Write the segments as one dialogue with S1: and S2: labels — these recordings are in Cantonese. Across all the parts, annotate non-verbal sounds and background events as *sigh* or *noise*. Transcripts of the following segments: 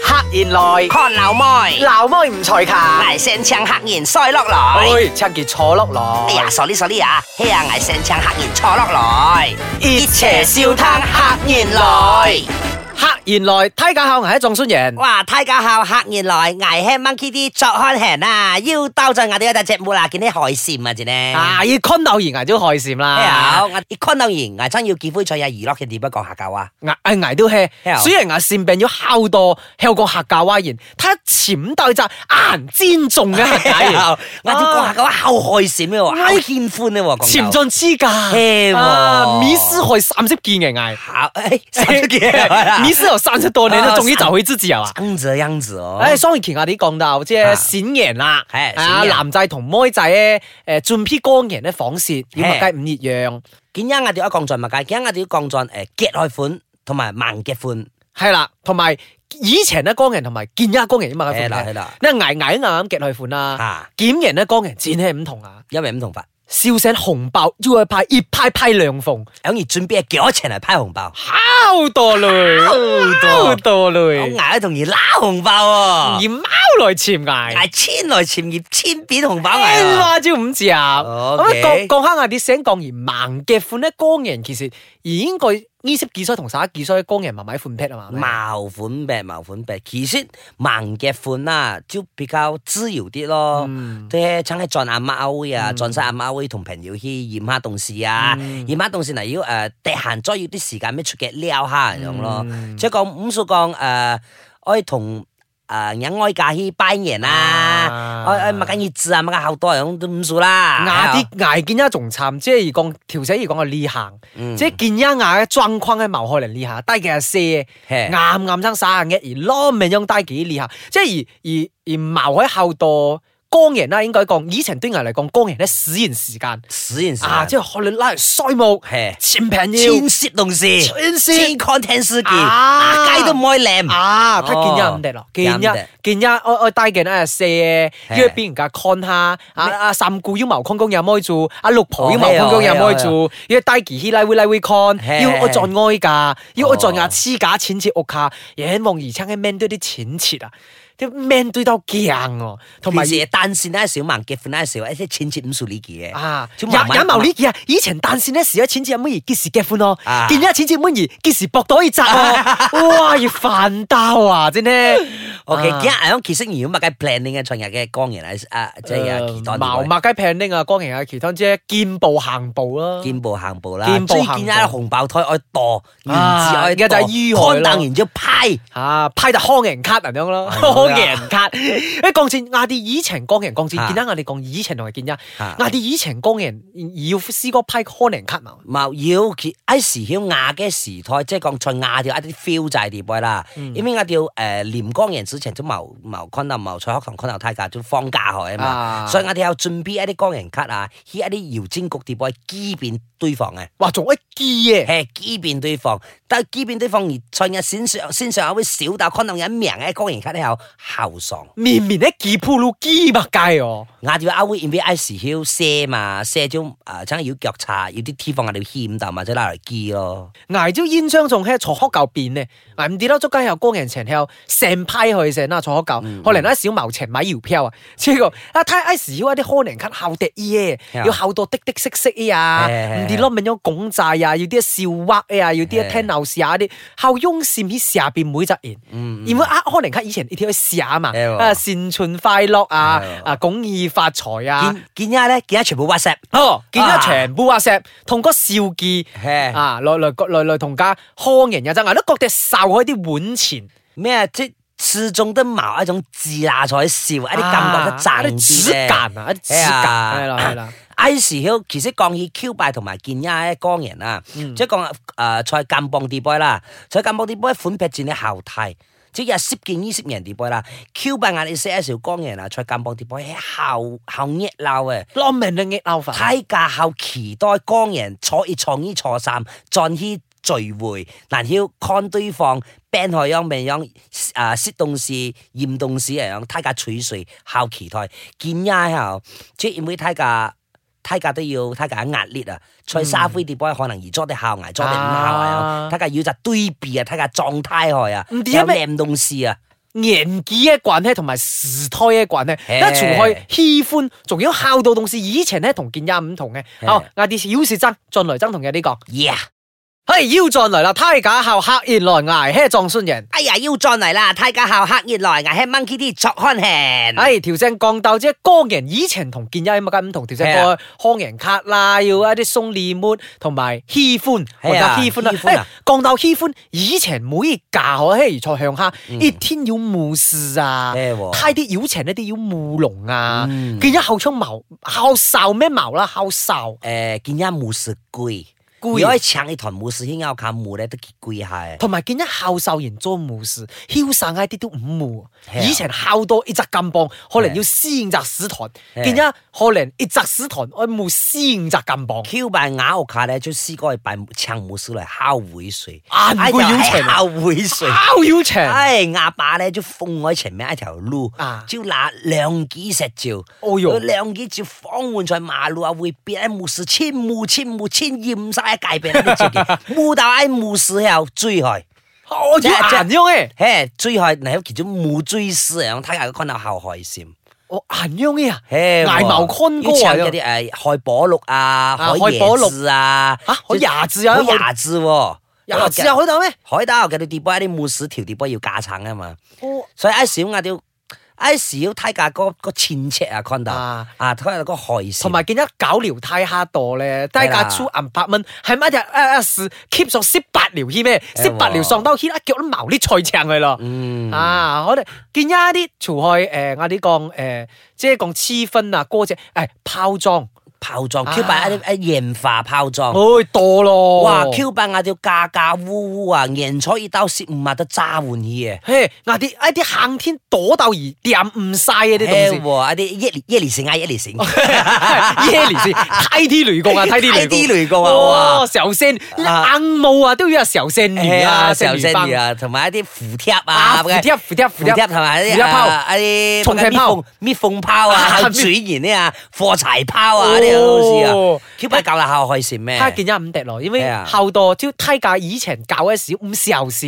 S1: 黑燕來，
S2: 看老妹，
S1: 鬧妹唔才ขา。
S2: 挨聲唱黑言衰落來。
S1: 哎，唱件錯落
S2: 哎
S1: 來
S2: 呀，。傻啲傻啲啊！嘿呀，挨聲唱黑言錯落來。
S1: 熱邪笑嘆黑燕來，黑燕來，梯架後係一種酸言。
S2: 哇！睇家校黑燕來，挨輕 monkey 啲作看行啊！腰兜就挨到有隻隻冇啦，見啲海蟬啊，真係。
S1: 啊，要坤斗而挨咗害蟬啦。
S2: 有，你看到然挨真要結婚再有娛樂嘅點樣講下教啊？
S1: 牙哎牙都 hea，
S2: 係啊
S1: 雖然牙善病要敲多，敲個客家話言，睇潛對就硬尖中嘅客
S2: *laughs*
S1: 家言，
S2: 我啲講下教啊，後害閃嘅喎，
S1: 哎
S2: 後獻歡嘅喎，
S1: 潛
S2: 講
S1: 進之
S2: 係
S1: 㗎，
S2: 喎
S1: 啊，米斯害三色見嘅牙，
S2: 好， *laughs* 哎，什麼
S1: *laughs*
S2: 嘢？ *laughs*
S1: 米斯又三色多，你都
S2: 啊
S1: 終於就去之自由啊！
S2: 生這樣子哦，
S1: 誒，雙月前我哋講到即係
S2: 啊
S1: 閃人啦，
S2: 係
S1: 啊
S2: 閃人
S1: 男仔同妹仔咧，誒進 P 光人咧仿舌，要物雞五熱樣，
S2: 見一我哋要降進物價，見一我哋要降進誒結開款同埋慢結款，
S1: 係啦，同埋以前咧光人同埋見家光人要物雞
S2: 係啦
S1: 款
S2: 係
S1: 咧，
S2: 啦，
S1: 你係捱捱啱啱結去款啦，
S2: 啊，
S1: 檢人咧光人剪係唔同啊，
S2: 因為唔同法，
S1: 笑聲紅爆，要去派熱派派涼風，
S2: 響而轉邊係幾多錢嚟派紅包？
S1: 好多類，好多類，
S2: 我挨同而拉紅包
S1: 而
S2: 喎，
S1: 貓來潛捱。
S2: 挨千來潛業千變紅包挨
S1: 聽
S2: 啊！
S1: 話照五字啊！
S2: OK
S1: 咁啊，降降下啲聲降而盲嘅款咧，光人其實而應該呢十幾歲同十一幾歲光人慢慢款劈啊嘛。
S2: 茅款病，茅款病，其實盲嘅款啦，就比較自由啲咯。
S1: 嗯，
S2: 即係請喺撞阿媽會啊，
S1: 嗯
S2: 撞晒阿媽會同朋友去驗下同事啊，
S1: 嗯
S2: 驗下同事嗱要誒得閒再要啲時間咩出嘅撩下咁樣咯。
S1: 嗯
S2: 即係講五數講誒，我係同誒人哀嫁去拜年啊，哎我我乜緊熱字啊，乜緊好多樣都五數啦。
S1: 牙啲牙見一仲慘，即係而講條仔而講個裂行，
S2: 嗯，
S1: 即係見一牙嘅狀況嘅矛害嚟裂下，低嘅係射。
S2: 係
S1: 啱啱生耍嘅，而攞命用低幾年下，即係而而而矛喺後度光人啦，應該講以前對牙嚟講，光人咧使然時間
S2: 死人事
S1: 啊，即係可能拉嚟衰木，
S2: 係
S1: 前平要
S2: 千涉同事，
S1: 牽涉
S2: 千 content 事件，
S1: 啊
S2: 啊街都唔可以舐。
S1: 啊，他見一
S2: 哦
S1: 唔得咯，見
S2: 見一唔
S1: 一
S2: 得
S1: 見一，我我低嘅咧射，因為俾人家看下，啊啊三姑要矛空公有妹做，啊六婆要矛空公有妹做，要低幾希拉會拉會看，
S2: 嘿
S1: 要我在哀噶，要我在牙黐架淺切屋下，嘢望而生嘅 man 堆啲淺切啊，啲 man 堆到驚喎，同埋
S2: 平時係單線啦，少盲結婚啦，少一啲淺切五數呢嘅。
S1: 啊！
S2: 就
S1: 有
S2: 慢慢
S1: 有謀呢件啊！以前單線咧時有錢節妹兒結時結婚咯，
S2: 啊
S1: 見咗錢節妹兒結時博袋而摘喎，哇！要煩到啊，真係。
S2: OK，
S1: 啊
S2: 今日響其實如果物嘅 planning 嘅創日嘅光然係啊，即係啊，期待呢
S1: 茅
S2: 位
S1: 麥雞平拎啊，光榮啊，其他姐見步行步啦。
S2: 見步行步啦，
S1: 見步
S2: 最
S1: 行步
S2: 見一紅爆胎愛墮，原子
S1: 啊
S2: 愛
S1: 而家就係於海咯
S2: 看凳然之後派。
S1: 啊，批就康人卡咁樣 *laughs* 咯，
S2: 係啊
S1: 康人卡。誒，講前亞啲以前光人講前，
S2: 啊
S1: 見啦，我哋講以前同埋見啦，
S2: 啊
S1: 亞啲以前光人要試過批康人卡嘛。
S2: 冇要哎佢喺時曉亞嘅時代，即係講在亞條一啲 feel 就係點嘅啦。因為亞條誒呃廉江人之前都冇冇昆南冇蔡學堂昆南太假都放假
S1: 啊
S2: 去啊嘛，所以亞條有準備一啲江人卡啊，依一啲搖尖局碟位機變對方啊嘅。
S1: 哇，仲一記嘅。
S2: 係機變對方，但係機變對方而在日線上線上有會少到昆南人名嘅江人卡咧有後爽。
S1: 面面咧幾鋪路幾百計哦，
S2: 亞條歐會 in V I 時曉哎射嘛，射咗誒真係要腳叉，要啲 T 放亞條欠但或者拉嚟機咯。
S1: 挨朝煙槍仲喺坐學舊邊呢，挨唔跌啦，捉雞有光人前後成批去成啦，坐學舊，
S2: 嗯
S1: 可能咧小茅前買搖票啊，即係個啊睇 I 時要一啲可能卡孝滴嘢，
S2: 係啊
S1: 要孝到滴滴色色啲啊，
S2: 係
S1: 唔跌咯，咪樣拱債啊，要啲笑話啊，要啲聽鬧事啊啲，後用線喺下邊每集言，
S2: 嗯哎
S1: 而會呃可能卡以前呢條去試下嘛，
S2: 係喎
S1: 啊善存快樂啊
S2: 係，喎
S1: 啊拱義發財啊，
S2: 見見一咧，見一全部 WhatsApp。
S1: 哦見
S2: 啊
S1: 咗全部 WhatsApp 同個笑記。
S2: 嘿
S1: 啊，來來來來同家康人有爭，我都覺得受開啲碗錢，
S2: 咩即始終都冇一種自拿在笑，一啲感覺得
S1: 啊一
S2: 賺
S1: 啲
S2: 啲
S1: 指
S2: 咧。
S1: 間啊，一啲指間，係
S2: *laughs*
S1: 啦係啦，
S2: I 時曉其實講起 Q 拜同埋見一咧江人啊，
S1: 嗯
S2: 即係講誒在金邦地杯啦，在金邦地杯款劈戰你後替。即係識見呢識人地杯啦，Q 拜眼你識一條江人啊，在金邦地杯喺後後熱鬧嘅。
S1: 攞命都益嬲法，
S2: 睇架後期待江人坐熱坐衣坐衫，盡去聚會，難曉看對方病害樣病樣，啊識動事嚴動事樣，睇架取水後期待見呀後，即係因為睇架。睇架都要睇架壓力啊！在沙灰地波可能而捉啲後捱，捉啲唔後
S1: 啊
S2: 捱，睇架要就對比啊，睇架狀態害啊，
S1: 唔知
S2: 有
S1: 係咪
S2: 靚動事啊！
S1: 年紀嘅關係同埋時代嘅關係，
S2: 嘿
S1: 一除去喜歡，仲要孝道同事。以前咧同見也唔同嘅。
S2: 嘿
S1: 好，我哋要是真，進來真同有啲講，
S2: Yeah，
S1: 嘿，要進來啦，太假孝客言來挨，嘿，撞孫人。
S2: 哎呀，要再嚟啦！太假校黑熱來，牙吃 monkey 啲作看行。
S1: 唉，條哎正降鬥啫，江人以前同建一咁梗唔同，條正
S2: 係
S1: 個康人卡啦，要一啲松利末同埋喜歡，
S2: 係啊
S1: 我得喜歡啦哎
S2: 喜。歡啊
S1: 唉降鬥喜歡，以前每嫁我嘿坐向下，一天要務事啊
S2: 係嗯喎，
S1: 太啲妖情一啲要務農啊
S2: 嗯，
S1: 見一後窗矛孝哨咩矛啦，孝哨
S2: 誒，見一冇食攰，
S1: 攰
S2: 如果撐一台冇事，牽拗靠冇咧都結攰下。
S1: 同埋見一孝受完做護士，孝散一啲都唔
S2: 係
S1: 護。
S2: 啊
S1: 以前孝多一隻金棒，可能要四五隻屎糖；
S2: 係
S1: 見一可能一隻屎糖，我冇四五隻金棒。
S2: Q 扮雅我卡咧，就試過去扮撐冇事嚟敲會水，
S1: 啊唔會邀請啊
S2: 敲會水。
S1: 拗腰長，
S2: 唉，阿爸咧就放喺前面一條路
S1: 啊，
S2: 就拿兩支石照，
S1: 哦呦
S2: 兩支照放換在馬路啊，會變喺無事，千無千無千驗晒一界病呢 *laughs* 自己，冇到喺無事後追害，
S1: 我
S2: 即係
S1: 要人樣嘅，
S2: 嘿，追害你喺其中冇追事啊，睇下佢看到後害先。
S1: 我人樣嘅啊，
S2: 嘿，
S1: 捱茅坤哥
S2: 要
S1: 啊
S2: 唱，嗰啲誒海波綠啊，海
S1: 海波
S2: 椰
S1: 綠
S2: 子啊，
S1: 嚇海椰子啊
S2: 海
S1: 海
S2: 椰子喎，
S1: 廿字啊，好到咩？
S2: 海打我嘅啲碟波，一啲冇事條碟波要架撐啊嘛。所以一時我哋要，一時要睇價嗰個前尺啊 c o n d
S1: 啊
S2: 啊，睇下個害事。
S1: 同埋見一搞聊太蝦墮咧，低
S2: 係啦
S1: 價出銀百蚊，係咪就誒誒 keep 咗十八條牽咩？
S2: 喎
S1: 十八條上兜牽，一腳都矛啲菜撐佢咯。
S2: 嗯
S1: 啊！我哋見一啲除開誒，我哋講誒，即係講黐婚啊，歌者誒炮仗，
S2: 炮仗
S1: 啊
S2: Q 版一啲一煙化炮仗。
S1: 哎多咯。
S2: 哇！Q 版我哋架架烏烏啊，人彩一刀蝕唔係得揸換氣啊！
S1: 嘿，我哋一啲行天躲斗而掂唔晒嘅啲東
S2: 嘿
S1: 西。
S2: 喎，一啲一年一年成啊，一年成。
S1: *laughs* 耶嚟先，梯啲雷
S2: *laughs*
S1: 公啊，梯啲雷公，
S2: 梯啲雷公啊哇
S1: 哇！壽星
S2: 啊
S1: 硬帽啊，都要有壽星
S2: 係
S1: 魚啊，
S2: 壽星
S1: 魚
S2: 魚啊，同埋一啲符貼啊，
S1: 啊，蝴蝶蝴蝶
S2: 符
S1: 蝴
S2: 貼
S1: 蝶
S2: 同埋一
S1: 蝴
S2: 啲
S1: 蝶炮。
S2: 啊一啲
S1: 重慶炮
S2: 咩滅鳳炮啊、
S1: 啊
S2: 口水鹽呢啊、火柴炮啊呢啲東西啊
S1: 哦
S2: ，Q 版教啦下害事咩？
S1: 他見一五滴咯，因為
S2: 係啊
S1: 後度招梯架以前搞嘅時五時候事，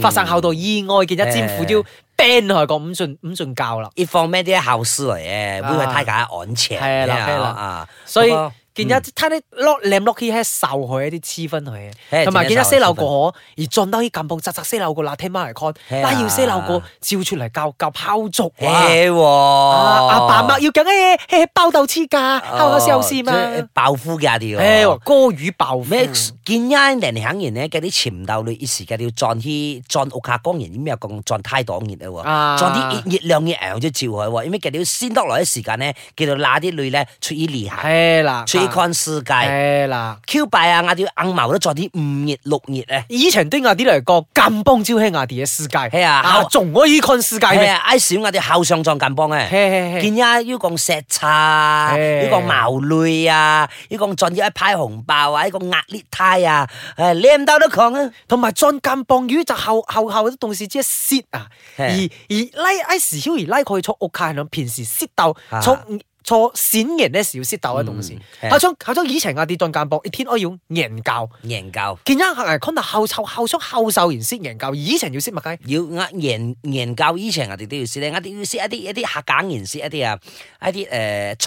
S1: 發生後度意外見一尖虎招 ban 佢個五進五進教啦，
S2: 一方面啲後事嚟嘅，
S1: 啊
S2: 會係睇下案情
S1: 係啦係啦
S2: 啊，
S1: 所以
S2: 咁啊
S1: 見一睇啲落舐落去係受佢一啲黐分佢
S2: 係
S1: 嘅，同埋見
S2: 真
S1: 一
S2: 係
S1: 些
S2: 受
S1: 漏
S2: 佢
S1: 過可而撞到啲咁暴扎扎些漏過嗱聽媽嚟 con，
S2: 係
S1: 拉
S2: 啊
S1: 要些漏過照出嚟教教拋族啊！
S2: 嘿喎，
S1: 啊
S2: 阿
S1: 阿爸媽要緊誒，嘿嘿包鬥黐㗎，後口有事嘛。
S2: 爆夫嘅啲
S1: 誒，
S2: 喎。
S1: 歌語爆
S2: 咩
S1: 咩？
S2: 見一人響然咧，嗰啲潛鬥裏一時嘅要撞去撞屋下光然，點有講撞太擋熱啊
S1: 啊
S2: 喎，撞啲熱熱量嘅牛都照佢喎，因為佢哋要先得來嘅時間咧，佢就拉啲女咧出於裂痕，
S1: 係啦，
S2: 出於看世界
S1: 係啦。
S2: ，Q 幣啊，我哋硬毛都撞啲五熱六熱咧。
S1: 以前對我啲嚟講，咁幫招喺我哋嘅世界，
S2: 係啊
S1: 啊
S2: 後
S1: 仲可以看世界
S2: 係
S1: 咩？
S2: 啊，挨少我哋後上撞近幫嘅。
S1: 嘿嘿嘿
S2: 見呀，要講石叉，
S1: 嘿
S2: 要講茅類啊，要講盡要一派紅包啊，要講壓裂胎啊，誒你唔到都講啊，
S1: 同埋再咁棒魚就後後後啲同事即係 sit 啊，
S2: 係
S1: 而而拉拉時曉而拉佢坐屋卡響，平時 sit 鬥
S2: 啊嗯
S1: 坐坐閃人咧時要 sit 鬥嘅啊同事。
S2: 係
S1: 後張後張以前我哋再咁棒，一天我要研究，
S2: 研究
S1: 見一係 con 到後臭後想後受完 sit 研究，以前要 sit 乜雞？
S2: 要呃研研究以前我哋都要試咧，我哋要試一啲一啲客家言試一啲啊，一啲誒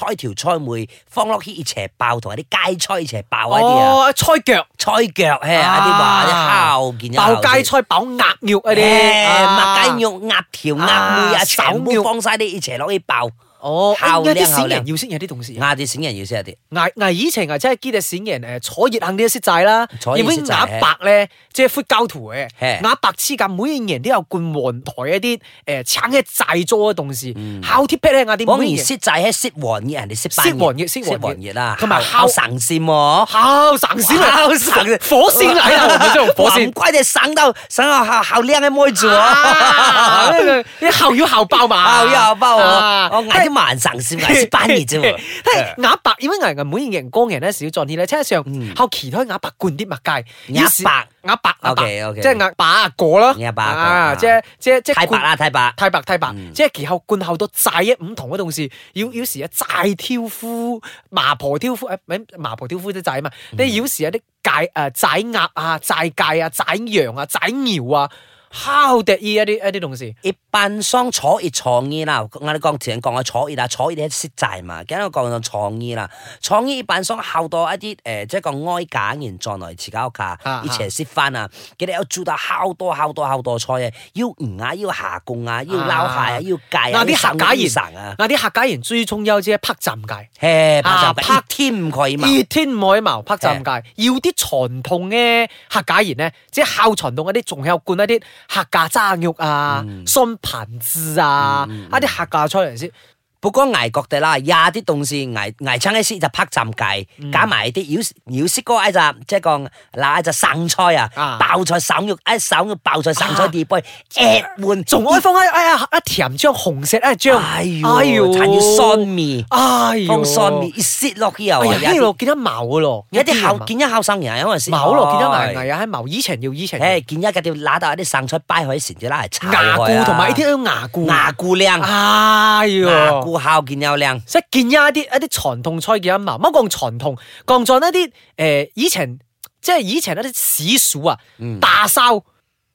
S2: 菜條菜梅放落去一齊爆，同埋啲街菜一齊爆一啲啊，
S1: 哦，菜腳。
S2: 菜腳嘿，一啲話啲烤見
S1: 爆街菜、爆鴨肉嗰啲，啊
S2: 誒麥雞肉、鴨條、鴨妹啊，
S1: 啊
S2: 全部
S1: 手肉
S2: 放晒啲一齊落去爆。
S1: 哦，
S2: 烤
S1: 有啲
S2: 靚烤
S1: 閃人
S2: 靚
S1: 要 sit 有啲同事。
S2: 嗌啲閃人要識一啲，
S1: 牙牙以前啊，真係見到閃人誒，坐熱行啲色仔啦，
S2: 坐熱
S1: 因為
S2: 色仔
S1: 牙白咧，即係闊膠圖嘅，
S2: 係
S1: 牙白黐架，每一年都有冠黃台一啲誒橙嘅債租嘅同事，烤貼皮咧，我
S2: 講
S1: 啲每
S2: 完
S1: 年
S2: 識仔喺識黃熱，人哋識班
S1: 識黃熱識黃熱
S2: 識啦，
S1: 同埋烤
S2: 烤神仙喎。
S1: 烤省先啦，
S2: 烤省
S1: 火線嚟啦，我哋這種火
S2: 哇唔
S1: 線。
S2: 怪你省到省到校校靚嘅妹住
S1: 啊
S2: 喎，！
S1: 你後要後爆嘛？
S2: 校又包
S1: 啊
S2: 我，我嗌啲盲神
S1: *laughs*
S2: 仙嗌識班熱啫喎。
S1: 係牙白，因為牙人每型光人咧少撞啲咧，車上後期都係牙白灌啲物界，
S2: 牙白
S1: 牙白牙白
S2: OK，OK
S1: 即係牙白啊果啦，
S2: 牙白啊果啊
S1: 啊，即係即係即係
S2: 太白
S1: 灌
S2: 啦，太嗯白。
S1: 太白太白，即係其後灌後到債一五同嘅同事，要要時啊債挑夫、麻婆挑夫，誒唔係麻婆挑夫啲債啊嘛，
S2: 嗯
S1: 你要時有啲債誒債鴨啊、債芥啊、債羊啊、債牛啊，好得意一啲一啲同事，
S2: 一般上坐熱創意啦，我哋講前講嘅坐熱啦，坐熱你識債嘛，跟住講到創意啦，創意一般上好多一啲誒、呃即係講哀家現狀來自交架
S1: 啊，
S2: 以前識翻啊，佢哋有做到好多好多好多菜嘅，要魚啊，要下貢啊，要撈蟹
S1: 啊
S2: 啊，要芥啊，
S1: 嗱啲客家
S2: 要
S1: 人
S2: 神啊，
S1: 嗱啲客家人最中有隻拍站界，
S2: 嘿，
S1: 啊
S2: 拍
S1: 拍
S2: 拍天唔佢嘛，
S1: 二天唔可以矛拍站界，要啲傳統嘅客家人咧，即係孝傳統嗰啲，仲有灌一啲客家炸肉啊、酸盤子啊，一啲客家菜嚟先。
S2: 不過捱覺得啦，廿啲同事捱捱親一啲就拍浸計，加埋啲要要識嗰一隻，即係講嗱一隻生菜
S1: 啊
S2: 啊，爆菜省肉，一省肉爆菜省
S1: 啊
S2: 菜碟杯，一換
S1: 仲開放一哎呀一甜醬紅色一張，
S2: 哎呦，哎呦，要酸味，
S1: 哎呦，
S2: 放酸味，一蝕落去又
S1: 哎
S2: 啊，
S1: 呀，呢度見得毛噶咯，
S2: 有啲後
S1: 嘛
S2: 見一後生人，因為先
S1: 毛咯，見得埋牙又喺毛，以前要以前要
S2: 誒見一嗰條揦到一啲生菜掰開成隻啦，係炒
S1: 牙
S2: 開啊
S1: 固同埋呢啲都牙固，
S2: 牙固靚，
S1: 哎
S2: 牙
S1: 呦。
S2: 固孝見又靚。
S1: 即係見一啲一啲傳統菜嘅一嘛，乜講傳統，講咗一啲誒、呃以前即係以前一啲史數啊，大燒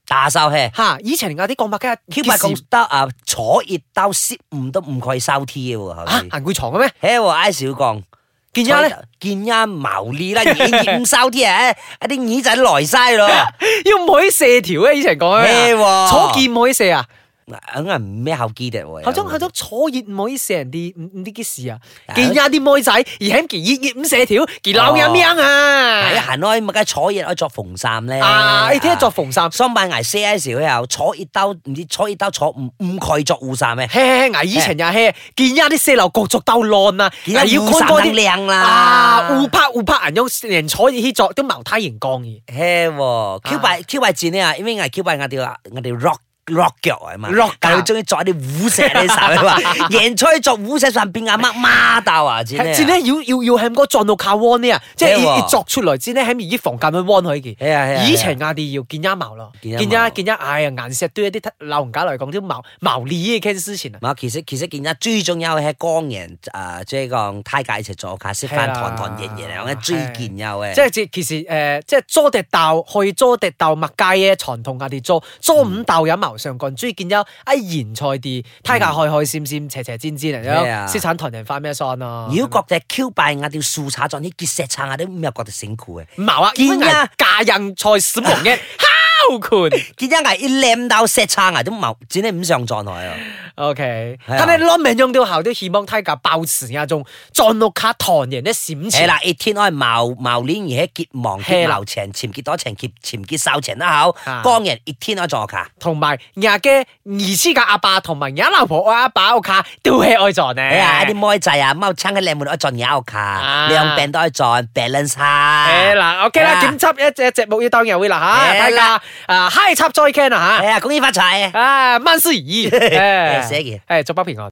S2: 打手氣。
S1: 嚇，以前有啲講白嘅，
S2: 佢咪講得啊，坐熱兜攝唔都唔佢收 T 嘅喎，
S1: 嚇
S2: 係咪？
S1: 行會床嘅咩？
S2: 嘿喎，挨少講，
S1: 見一咧，
S2: 見一茅呢啦，熱唔收 T 啊，一啲耳仔來晒咯，
S1: 要唔可以射條嘅，以前講
S2: 咩
S1: 嘅，
S2: 喎？
S1: 坐劍唔可以射啊，
S2: 硬係唔咩後機嘅喎，
S1: 後中後中坐熱唔可以射人哋唔唔知幾時啊，見一啲妹仔而喺件熱熱唔射條，而扭飲樣
S2: 係啊
S1: 啊，
S2: 行開咪梗係坐熱可以着縫衫咧。
S1: 啊，你聽日作縫衫。
S2: 雙板挨 C S 佢又坐熱兜，唔知坐熱兜坐唔唔佢作護衫咩？
S1: 嘿嘿，牙以前又嘿，見一啲四樓角逐鬥爛啊，
S2: 見一
S1: 要
S2: 護衫得靚啦
S1: 啊，互拍互拍人用人坐熱氣作都茅台型降嘅，
S2: 嘿喎，Q 幣 Q 幣戰呢啊，因為係 Q 幣我哋我哋 rock rock 腳啊嘛
S1: rock
S2: 但係佢
S1: 腳
S2: 中意作一啲虎石呢手
S1: *laughs*
S2: 啊嘛，贏出作虎石上邊阿乜媽斗啊戰呢？
S1: 係，之咧要要要喺個撞到靠 one 呢啊，即係要
S2: 係喎
S1: 要作出來之咧喺面啲房間去 one 佢嘅。
S2: 係啊係啊，
S1: 以前亞啲要見一茅咯，見
S2: 見一
S1: 一
S2: 茅
S1: 見一，哎呀，顏石對一啲老人家嚟講都茅茅利嘅 case 之前啊，
S2: 嘛，其實其實見一最重要係江人啊，即係講太介石左架識翻
S1: 係啦
S2: 堂堂型型嚟講，追見又嘅。
S1: 即係即其實誒，即係租地竇去租地竇物街嘅傳統亞啲租租五竇有茅上幹，追見有一賢菜地，睇下開開閃閃斜斜尖尖嚟
S2: 係
S1: 咯，
S2: 啊
S1: 先產唐人翻咩桑咯，
S2: 如果覺得 Q 幣我哋樹茶撞啲結石撐我哋咩覺得辛苦嘅。
S1: 唔係啊，
S2: 見
S1: 因為
S2: 呀
S1: 嫁人才死亡嘅敲拳。
S2: 見一係一舐到石撐啊，都冇，只係唔上撞台啊。
S1: OK，
S2: 係啊
S1: 但係攞命用到後都希望睇下爆池啊種撞六卡唐人的閃
S2: 係
S1: 錢。
S2: 啦，一天我係茅茅年而喺結亡
S1: 嘿
S2: 結
S1: 啦
S2: 流情，潛結多情，潛潛結秀情啦口
S1: 啊。
S2: 江人一天我坐卡，
S1: 同埋牙嘅兒子嘅阿爸同埋牙老婆我阿爸屋卡都係愛撞
S2: 哎呀啲
S1: 咧。
S2: 妹仔啊，踎親喺靚妹度一撞有
S1: 啊
S2: 卡，兩病都一撞 balance 下
S1: 係。啦，OK 啦，
S2: 係啊
S1: 檢輯一隻節目要當日會啦吓，大
S2: 係啦
S1: 家啊嗨插再 can 啊
S2: 哎呀，恭喜發財！
S1: 吓，啊萬事如意，誒
S2: 寫嘅
S1: 誒，祝北平安。